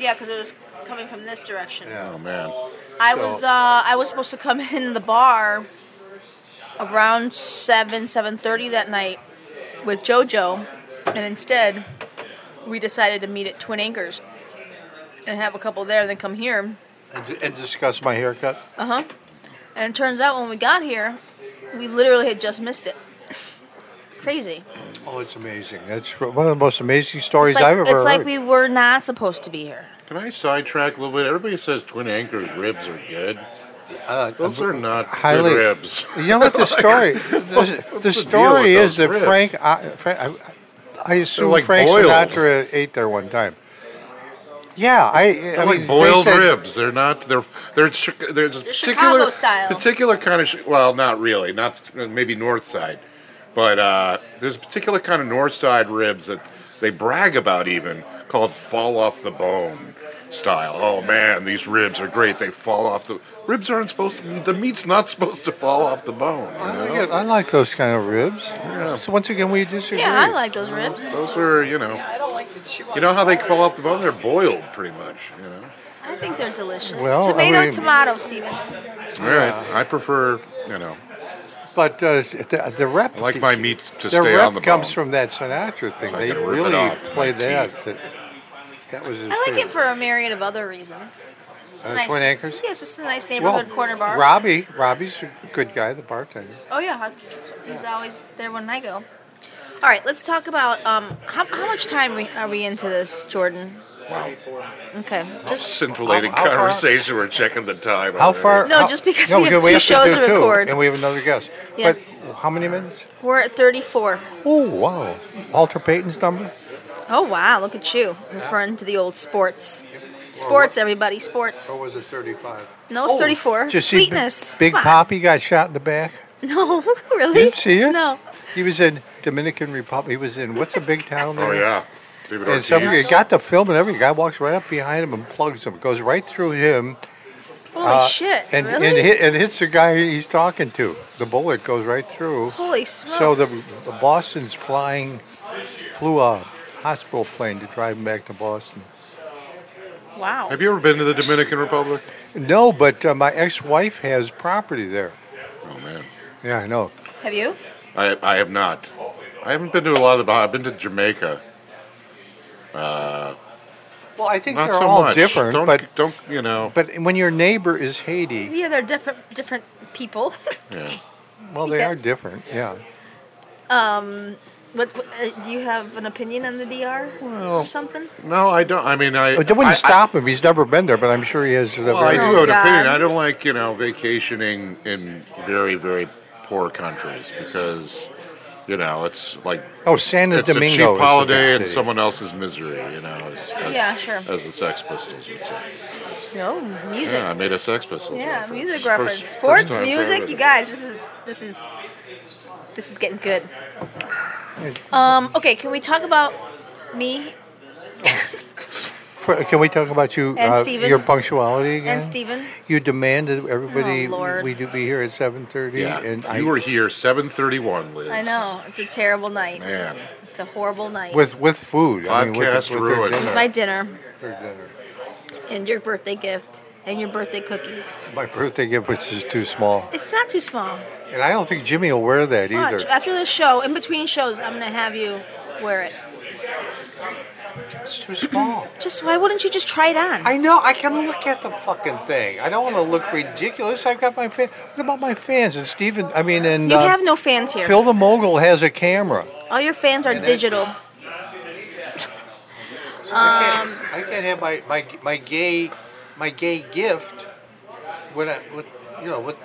Yeah, because it was coming from this direction. Oh man. I was uh, I was supposed to come *laughs* in the bar around seven seven thirty that night with JoJo, and instead we decided to meet at Twin Anchors and have a couple there, and then come here. and, and discuss my haircut. Uh huh. And it turns out when we got here, we literally had just missed it. *laughs* Crazy. Oh, it's amazing! That's one of the most amazing stories It's like, I've ever it's heard. like we were not supposed to be here. Can I sidetrack a little bit? Everybody says Twin Anchors ribs are good. Uh, Those are not highly- good ribs. *laughs* You know what the story? the, the the story deal with is that those ribs? Frank. Uh, Frank I, I assume like Frank boiled. Sinatra ate there one time. Yeah, I. I They're mean, like they boiled said- ribs. They're not. They're they're chi- they're just Chicago particular style. particular kind of. chi- Well, not really. Not maybe North Side, but uh, there's a particular kind of North Side ribs that they brag about even called fall off the bone style. Oh man, these ribs are great. They fall off the ribs aren't supposed. To, the meat's not *laughs* supposed to fall off the bone. you I know? like, it. I like those kind of ribs. So once again, we disagree. Yeah, I like those ribs. Those are you know. I don't like to chew on You know how they butter. fall off the bone? They're boiled pretty much. You know. I think they're delicious. Well, I tomato, mean- tomato, Steven. All right. I prefer. You know. But uh, the, the rep. I like my meats to the stay rep on the comes bone. from that Sinatra thing. So I they can rip it really off with my played that. that. That was his I like it favorite. for a myriad of other reasons. It's Uh, a nice, Twin just- Anchors? Yeah, it's just a nice well, neighborhood corner bar. Robbie, Robbie's a good guy, the bartender. oh yeah, that's- he's always there when I go. All right, let's talk about um, how, how much time we, are we into this, Jordan? Wow. Okay, just Scintillating How- how far- conversation. We're checking the time. How already. far? No, how- just because we have because two do shows it to too, record. and we have another guest. Yeah. But how many minutes? We're at 34. Oh, wow. Walter Payton's number? Oh, wow. Look at you. Referring to the old sports. Sports, everybody. Sports. *laughs* was it 35? No, it's 34. Just Oh, see, Sweetness. Big, Come on. Poppy got shot in the back. No, *laughs* really? Didn't see it. No. He was in Dominican Republic. He was in what's a big town there? Oh yeah, David And Ortiz. somebody got the film, and every guy walks right up behind him and plugs him. Goes right through him, Holy uh, shit. and really? and, hit, and hits the guy he's talking to. The bullet goes right through. Holy smokes. So the, the Boston's flying flew a hospital plane to drive him back to Boston. Wow. Have you ever been to the Dominican Republic? No, but uh, my ex-wife has property there. Oh man, Yeah, I know. Have you? I I have not. I haven't been to a lot of the. I've been to Jamaica. Well, I think Not they're so all much. different, Don't but don't you know? but when your neighbor is Haiti, Yeah, they're different different people. *laughs* Yeah. well, they Yes. are different. Yeah. what, what uh, do you have an opinion on the DR or something? No, I don't. I mean, I. It wouldn't I, stop him. He's never been there, but I'm sure he has. the Well, very- I do Oh, have an God. opinion. I don't like you know vacationing in very very poor countries because you know it's like oh, Santa it's Domingo. a is the cheap big holiday and city. someone else's misery. You know. As, as, Yeah, sure. As the Sex Pistols would say. No, music. Yeah, I made a Sex Pistols. Yeah, reference. music First- reference. first Sports, time I've heard music. it. You guys, this is this is this is getting good. Um, okay, can we talk about me For- Can we talk about you? And uh, Steven. your punctuality again. and Steven? You demanded everybody. Oh, Lord. We do be here at 7:30, Yeah, and you I were here 7:31, Liz. I know it's a terrible night. Man, It's a horrible night. with with food. I mean, with- Podcast with their ruined. dinner- my dinner their dinner. and your birthday gift and your birthday cookies. My birthday gift, which is too small, It's not too small. and I don't think Jimmy will wear that Watch. either. After this show, in between shows, I'm gonna have you wear it. It's too small. Just why wouldn't you just try it on? I know. I can look at the fucking thing. I don't want to look ridiculous. I've got my fan. What about my fans? And Steven, I mean, and you uh, have Um, no fans here. Phil the mogul has a camera. All your fans are digital. I can't, I can't have my, my my gay my gay gift when I with, you know with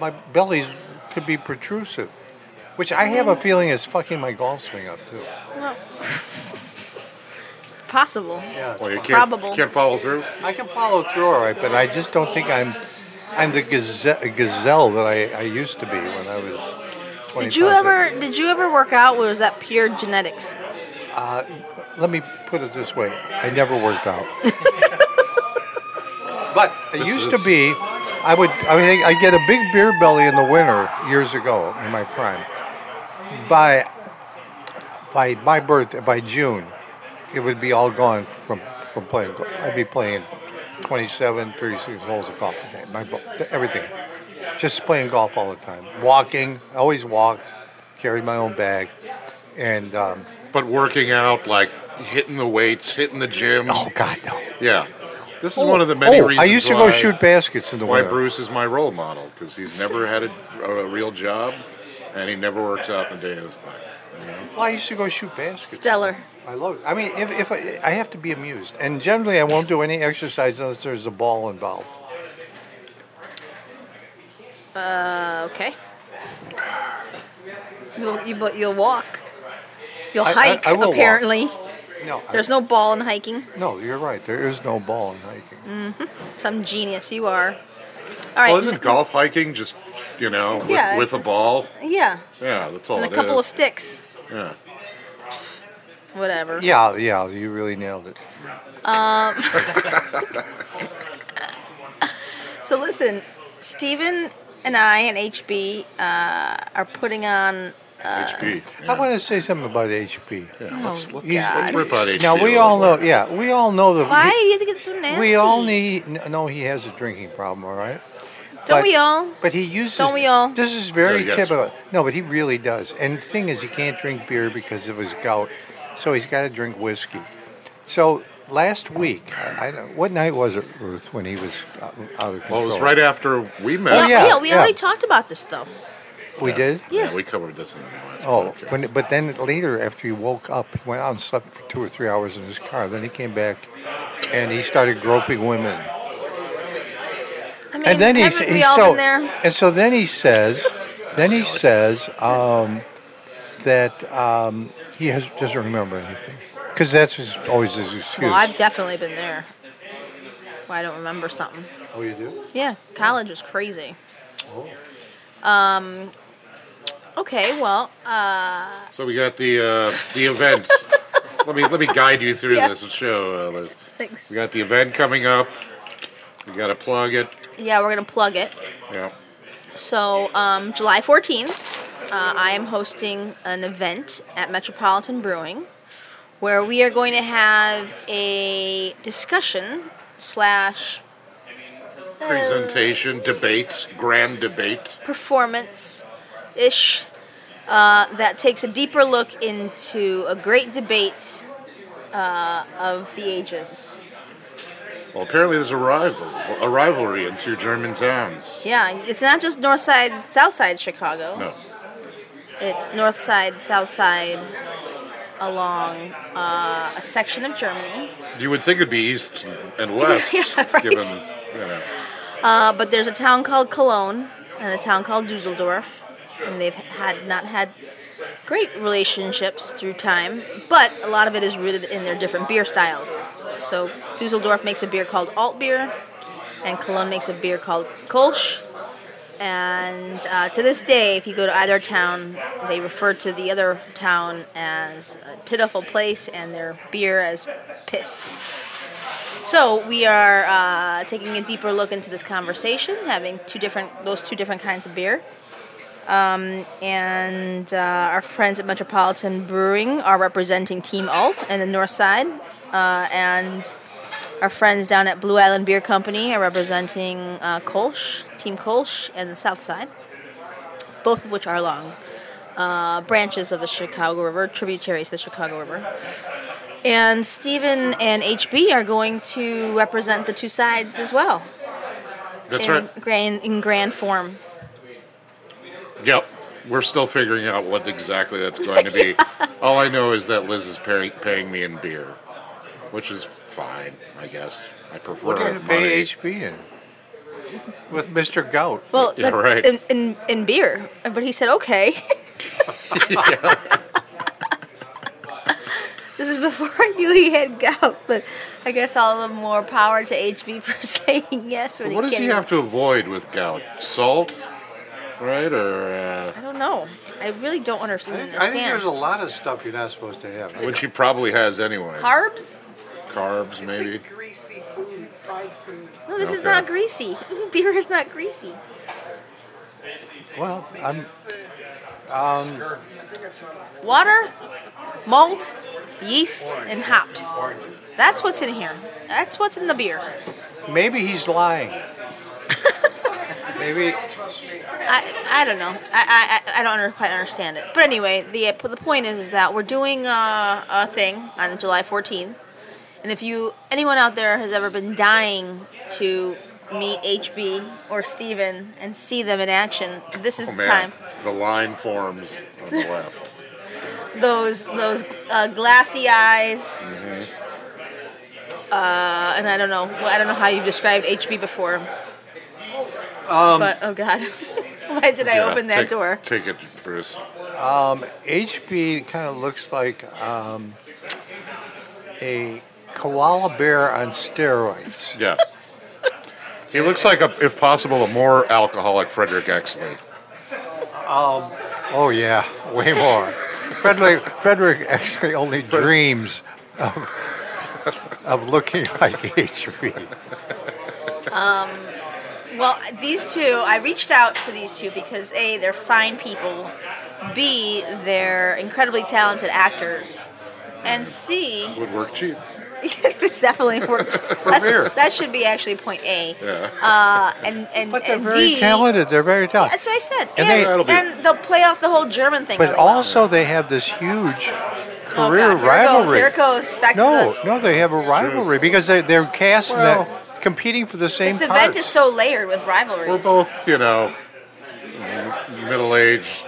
my bellies could be protrusive, which I have a feeling is fucking my golf swing up too. Well, it's possible. Yeah, well, you can't, Probable. can't follow through. I can follow through all right, but I just don't think I'm I'm the gazelle, gazelle that I, I used to be when I was. 25. Did you ever did you ever work out? Or was that pure genetics? Let me put it this way: I never worked out. *laughs* but it This used is- to be, I would. I mean, I get a big beer belly in the winter years ago in my prime. By by my birth by June, it would be all gone from from playing. go- I'd be playing 27, 36 holes of golf a day. My bo- everything, just playing golf all the time. Walking, I always walked. Carried my own bag, and um, But working out, like hitting the weights, hitting the gym. oh God, no. Yeah, this is Oh, one of the many oh, reasons. I used to why, go shoot baskets in the Why winter. Bruce is my role model because he's never had a, a real job, and he never works out a day in his life. Well, I used to go shoot baskets. Stellar. I love it. I mean, if, if I, I have to be amused, and generally I won't do any exercise unless there's a ball involved. Okay. You'll you, but you'll walk. You'll I- I- hike. I will walk. apparently, No, I- there's no ball in hiking. no, you're right. There is no ball in hiking. Some genius you are. All Oh, right. Well, isn't golf hiking just you know with, Yeah, with a it's- ball? yeah. Yeah, that's all And a Oh, it couple of is. sticks. yeah. Whatever. Yeah, yeah, you really nailed it. So listen, Steven and I and HB uh, are putting on. uh, HP. I want to say something about HP. Yeah, let's, let's, He's- let's rip out HP. Now we a all little know. Yeah, we all know that. Why do you think it's so nasty? We all need. No, he has a drinking problem. All right. Don't but- we all? But he uses. Don't we all? This is very Yeah, yes. typical. No, but he really does. And the thing is, he can't drink beer because of his gout, so he's got to drink whiskey. So last week, I, I don't, what night was it, Ruth, when he was out out of control? Well, it was right after we Yeah, met. Oh, yeah, yeah, we yeah. already talked about this though. We did. Yeah, Yeah. we covered this in the last Oh, podcast. when, but then later, after he woke up, he went out and slept for two or three hours in his car. Then he came back, and he started groping women. I mean, and then he's, haven't we he's all so been there? and so then he says Then he says um, that um, he has, doesn't remember anything because that's his, always his excuse. Well, I've definitely been there. Well, I don't remember something. oh, you do? Yeah, college was crazy. Um, okay, well, So we got the uh, the event. *laughs* let me let me guide you through Yeah. this and show. Uh, Liz. thanks. We got the event coming up. We got to plug it. Yeah, we're gonna plug it. Yeah. So, um, July 14th, uh, I am hosting an event at Metropolitan Brewing where we are going to have a discussion slash Presentation, debate, grand debate. performance ish uh, that takes a deeper look into a great debate uh, of the ages. Well, apparently there's a rival, a rivalry in two German towns. Yeah, it's not just north side, south side Chicago. No. It's north side, south side, along uh, a section of Germany. You would think it'd be east *laughs* and west, Yeah, right. given you know, Uh, but there's a town called Cologne and a town called Dusseldorf, and they've had not had great relationships through time. But a lot of it is rooted in their different beer styles. So Dusseldorf makes a beer called Alt beer, and Cologne makes a beer called Kolsch. And uh, to this day, if you go to either town, they refer to the other town as a pitiful place and their beer as piss. So we are uh, taking a deeper look into this conversation, having two different those two different kinds of beer. Um, and uh, our friends at Metropolitan Brewing are representing Team Alt and the North Side, uh, and our friends down at Blue Island Beer Company are representing uh, Kolsch, Team Kolsch, and the South Side, both of which are along uh, branches of the Chicago River, tributaries of the Chicago River. And Stephen and HB are going to represent the two sides as well That's in, right. grand, in grand form. Yep. We're still figuring out what exactly that's going *laughs* to be. All I know is that Liz is pay- paying me in beer, which is fine, I guess. I prefer What did you money. pay HB in? With Mr. Gout. Well, Yeah, that's- right. in, in, in beer. But he said, okay. *laughs* this is before I knew he had gout, but I guess all the more power to HB for *laughs* saying yes. When What does can't he even- have to avoid with gout? Salt, right? Or uh, I don't know. I really don't under- understand. lot of stuff you're not supposed to have. uh, which he probably has anyway. Carbs? Carbs, Like maybe. greasy food, fried food. No, this is Okay. not greasy. *laughs* Beer is not greasy. Well, I'm, water, malt, yeast, and hops. That's what's in here. That's what's in the beer. maybe he's *laughs* lying. maybe I, I don't know. I, I, I- I don't under, quite understand it. But anyway, the uh, the point is, is that we're doing a, a thing on July 14th. And if you anyone out there has ever been dying to meet HB or Steven and see them in action, this is Oh, the man. time. The line forms on *laughs* the left. Those those uh, glassy eyes, uh, Mhm. and I don't know. Well, I don't know how you've described HB before. but oh god, *laughs* why did I Yeah, open that take- door? Take it, Bruce. HB kind of looks like um, a koala bear on steroids. Yeah. He looks like, a, if possible, a more alcoholic Frederick Exley. Oh yeah, way more. Frederick Frederick actually only dreams of, of looking like HB. Well, these two, I reached out to these two because A, they're fine people, B, they're incredibly talented actors, and C, *laughs* Would work cheap. it definitely works. beer. That's, that should be actually point A. Yeah. Uh, and and, But they're and very D, talented. They're very talented. That's what I said. And And, they- That'll and, be- they'll play off the whole German thing. But really well. also, they have this huge Oh, God, career here it goes, rivalry. Here it goes. Back No, to no, they have a rivalry because they, they're casting Well- that, competing for the the. same This parts. event is so layered with rivalries. We're both, you know, middle aged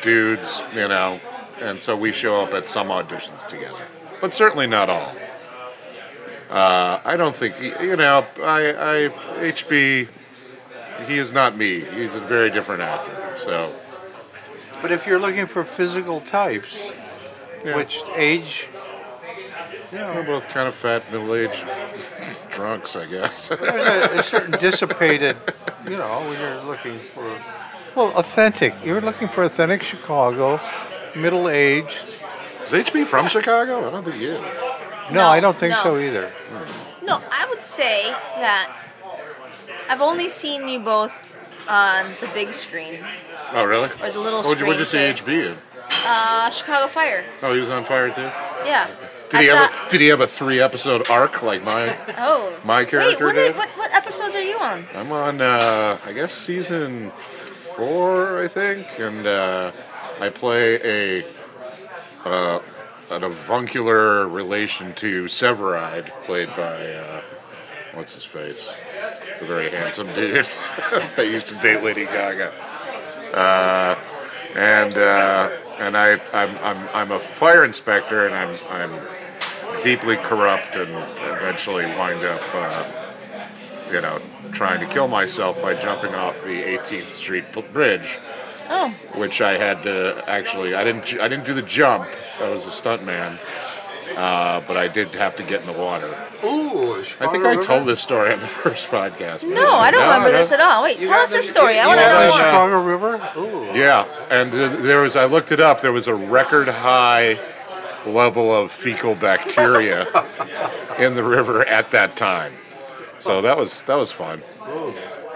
dudes, you know, and so we show up at some auditions together, but certainly not all. Uh, I don't think, you know, I, I, HB, he is not me. He's a very different actor. So But if you're looking for physical types, Yeah. which age, you we're know, both kind of fat, middle-aged *laughs* drunks, I guess. *laughs* there's a, a certain dissipated, you know, when you're looking for, well, authentic. You're looking for authentic Chicago, middle aged. is HB from Chicago? I don't think he is. No, No, I don't think no. so either. No, I would say that I've only seen you both on the big screen Oh, really? or the little What'd you, screen. what'd you see too. HB in? Uh, Chicago Fire. Oh, he was on fire too. Yeah. Did I he saw, have a Did he have a three-episode arc like mine? Oh. my character Wait, what, are- did? what, what episodes are you on? I'm on, uh, I guess, season four, I think, and uh, I play a uh, an avuncular relation to Severide, played by uh, what's his face, the very handsome dude *laughs* that used to date Lady Gaga, uh, and uh, and I I'm, I'm I'm a fire inspector, and I'm I'm deeply corrupt, and eventually wind up. Uh, you know, trying to kill myself by jumping off the 18th Street p- bridge, Oh. which I had to actually. I didn't. ju- I didn't do the jump. I was a stuntman, uh, but I did have to get in the water. Ooh, I think I told this story on the *laughs* first podcast. but- No, I don't remember no. this at all. Wait, tell us this story. I You want to have know the more. Chicago River? Ooh. Yeah, and th- there was. I looked it up. There was a record high level of fecal bacteria in the river at that time. So that was that was fun.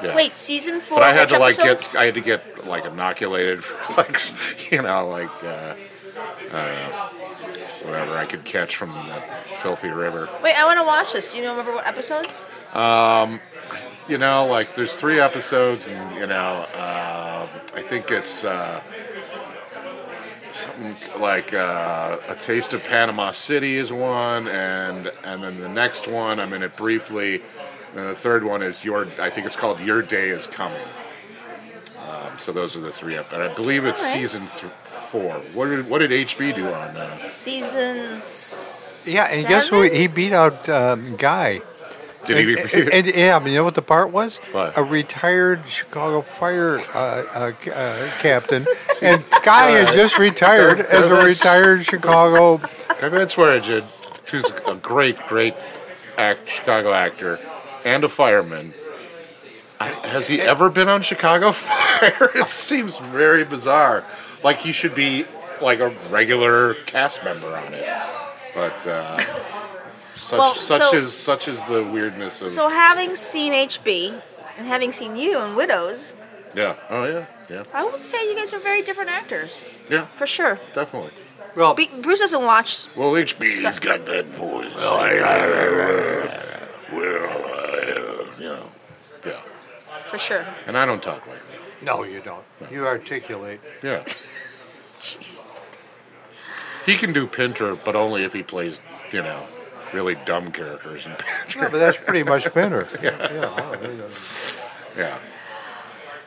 Yeah. Wait, season four. But I which had to like episode? get I had to get like inoculated for *laughs* like you know like uh, I don't know whatever I could catch from that filthy river. Wait, I want to watch this. Do you remember what episodes? You know like there's three episodes and you know uh, I think it's uh, something like uh, a taste of Panama City is one and and then the next one I'm in it briefly and the third one is your I think it's called Your Day Is Coming. Um, So those are the three up, and I believe it's All right. season th- four. What did what did HB do on uh, that? Season. s- Yeah, and guess who? seven? He beat out um, Guy. Did he? And, and- and, yeah, but you know what the part was? What? A retired Chicago fire uh, uh, c- uh, *laughs* captain, and guy had just retired as a retired Chicago. Conrad Swearingen, who's a great, great act, Chicago actor and a fireman. I, has he ever been on Chicago *laughs* Fire? it seems very bizarre. Like he should be like a regular cast member on it, but uh, such Well, such so- is such is the weirdness of So having seen HB and having seen you in Widows, yeah. Oh yeah, yeah, I would say you guys are very different actors, yeah, for sure. definitely. Well, Be- Bruce doesn't watch. Well, HB's got that voice. Well, you know, uh, yeah. For sure. And I don't talk like that. no, you don't. You articulate. Yeah. Jeez. He can do Pinter, but only if he plays, you know, really dumb characters in Pinter. Yeah, but that's pretty much Pinter. *laughs* yeah. *laughs* Yeah.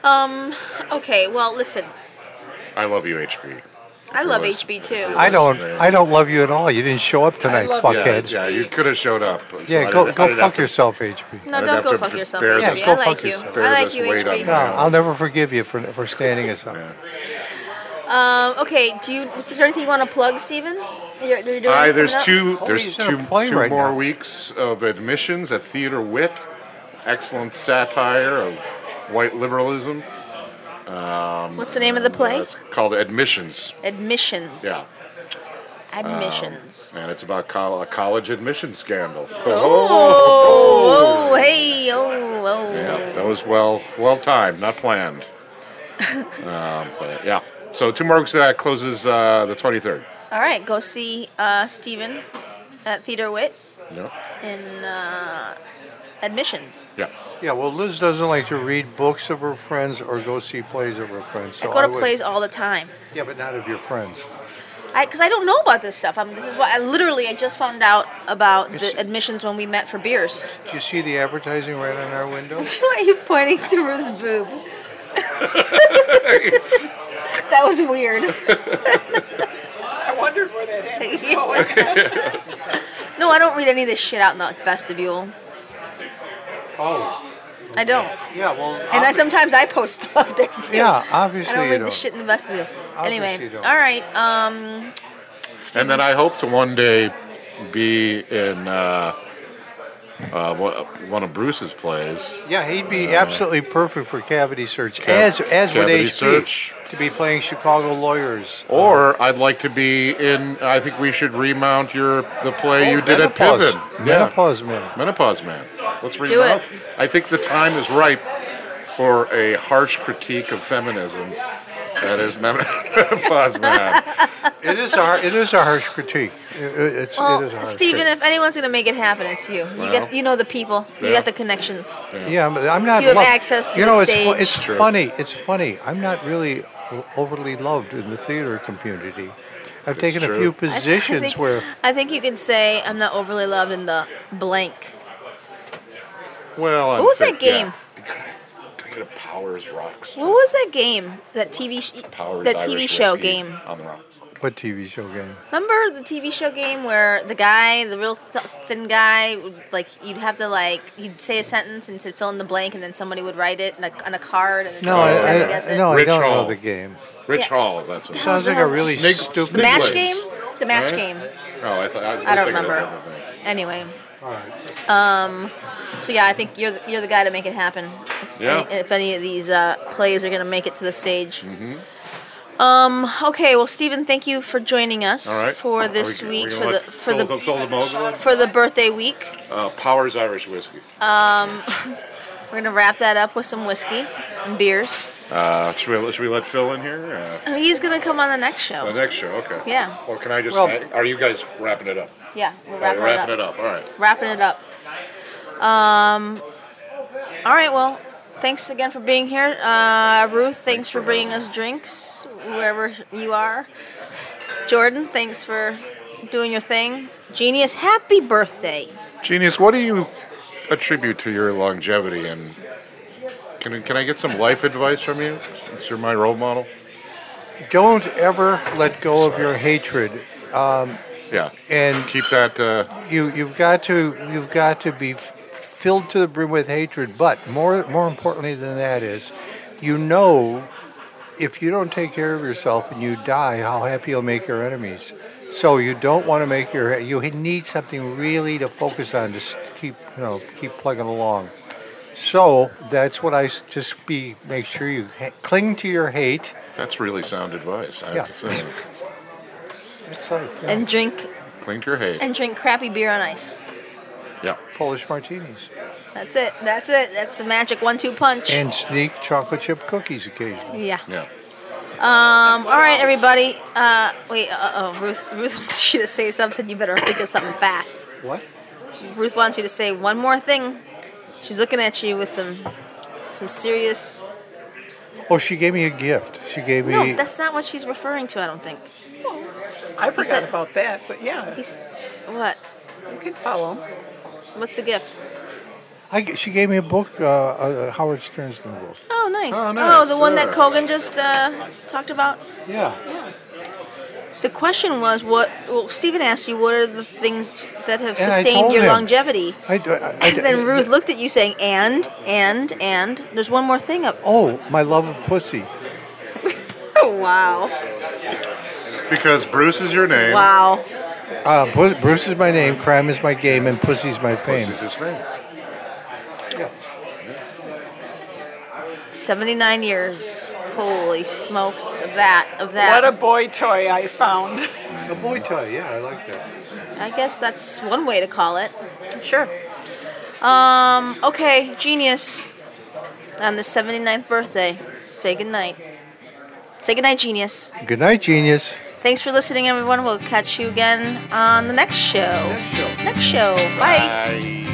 Um. Okay. Well, listen. I love you, HB. I love was- HB too. it I don't. was, uh, I don't love you at all. You didn't show up tonight, yeah, fuckhead. Yeah, yeah, you could have showed up. so go I didn't- I go didn't fuck have to- yourself, HB. No, I'd don't have go to fuck b- yourself, bear HB. this- I go like fuck you. yourself. bear I like this you, weight on HB. No, my own. I'll never forgive you for for standing us up. Um, okay, do you? Is there anything you want to plug, Steven? You're, you're doing anything Aye, Uh, there's coming up? two. Oh, There's he's in a two, play two right more now. weeks of admissions at Theater Wit. Excellent satire of white liberalism. What's the name of the play? It's called Admissions. Admissions. Yeah, uh, Admissions. and it's about col- a college admissions scandal. Oh. oh, oh, hey, oh, oh. Yeah, that was well well timed, not planned. um, but yeah, so two more weeks of that closes uh, the 23rd. All right, go see uh, Steven at Theater Wit Yeah, in uh, Admissions. yeah. Yeah, well, Liz doesn't like to read books of her friends or go see plays of her friends. So I go to would- plays all the time. Yeah, but not of your friends. I, cause I don't know about this stuff. I'm, this is why I literally I just found out about the It's- admissions when we met for *laughs* beers. *laughs* Do you see the advertising right on our window? Why are you pointing to Ruth's boob? *laughs* that was weird. *laughs* I wondered where that happened. no, I don't read any of this shit out in the vestibule. Oh, I don't. Yeah, well. And I, sometimes I post *laughs* stuff there too. Yeah, obviously I don't you leave don't. this shit in the vestibule. you Anyway, don't. all right. Um, And then I hope to one day be in uh, uh, one- one of Bruce's plays. Yeah, he'd be absolutely perfect for cavity search, as as would cavity HP search. to be playing Chicago lawyers. Or I'd like to be in. I think we should remount your the play Oh, you did menopause. at Piven. Menopause man. Yeah. Menopause man. Let's remount. it. I think the time is ripe for a harsh critique of feminism. That is *laughs* menopause man. It is a har- it is a harsh critique. It- it- it's, it is a well, harsh Steven, critique. if anyone's gonna make it happen, it's you. You Well, got, you know the people. You yeah. got the connections. yeah, but I'm not. You have loved. access to you the know, it's fu- stage. it's True. funny. It's funny. I'm not really o- overly loved in the theater community. I've taken a true. few I th- positions I think, where I think you can say I'm not overly loved in the blank. Well, I'm What was that thick, game? yeah. Can I, can I get a Powers Rocks? What was that game? That TV sh- Powers that TV Irish show whiskey game. on the rocks. what TV show game? Remember the TV show game where the guy, the real th- thin guy, would, like you'd have to like he'd say a sentence and said fill in the blank, and then somebody would write it in a, on a card, and then No, somebody I, would have to I, guess it. no, I Rich don't Hall. know the game. Rich Yeah. Hall. That's what. Sounds like a really Snake- stupid. The match game. Bigwigs. The match Right? game. Oh, I thought I, was I don't thinking of remember. another thing. Anyway. Um. So yeah, I think you're the, you're the guy to make it happen. If Yeah. Any, if any of these uh, plays are gonna make it to the stage. Mm-hmm. Um. Okay. Well, Stephen, thank you for joining us All right. for Are this we- week we for gonna the let for Phil- the Phil the mogul? for the birthday week. Uh, Powers Irish whiskey. We're gonna wrap that up with some whiskey and beers. Uh, should we should we let Phil in here? Uh, He's gonna come on the next Uh, the show. next show, okay. Yeah. Well, can I just? Well- I- are you guys wrapping it up? Yeah, we're All right, wrapping, wrapping it, up. All right. Wrapping it up. Um. All right. Well, thanks again for being here, uh, Ruth. Thanks, for bringing us drinks wherever you are. Jordan, thanks for doing your thing. Genius, happy birthday. Genius, what do you attribute to your longevity? And can can I get some life advice from you? Since you're my role model. Don't ever let go of your hatred, Yeah. and Keep that. Uh, you you've got to you've got to be f- filled to the brim with hatred. But more more importantly than that is, you know, if you don't take care of yourself and you die, how happy you'll make your enemies. So you don't want to make your you need something really to focus on to s- keep you know keep plugging along. So that's what I s- just be make sure you ha- cling to your hate. that's really sound advice. I Yeah. have to say. It's like you know, And drink Cling to your hate. and drink crappy beer on ice. Yeah. Polish martinis. That's it. That's it. That's the magic one-two punch. And sneak chocolate chip cookies occasionally. yeah. Yeah. Um, all right, everybody. Uh, wait, uh oh. Ruth, Ruth *laughs* wants you to say something. You better think of something fast. What? Ruth wants you to say one more thing. She's looking at you with some some serious. Oh, she gave me a gift. She gave me. No, that's not what she's referring to, I don't think. I forgot said- about that, but yeah, He's. What? you can follow him. What's the gift? I g she gave me a book, uh, uh, Howard Stern's new book. Oh, nice. Oh, Oh, nice. the one that Yeah. Kogan just uh, talked about? Yeah. The question was what. Well, Stephen asked you what are the things that have And I sustained told your him. longevity? I, d- I- I And d- then Ruth looked at you saying, and, and, and. There's one more thing up. Oh, my love of pussy. Oh, wow. Because Bruce is your name. Wow. Uh, Bru- Bruce is my name, crime is my game, and pussy's my pain. This is his name. 79 years. Holy smokes of that, of What a that. boy toy I found. A boy tie, yeah, I like that. I guess that's one way to call it. Sure. Um, okay, genius. On the 79th birthday, say goodnight. Say goodnight, genius. Good night, genius. Thanks for listening, everyone. We'll catch you again on the next show. Next show. Bye. Bye.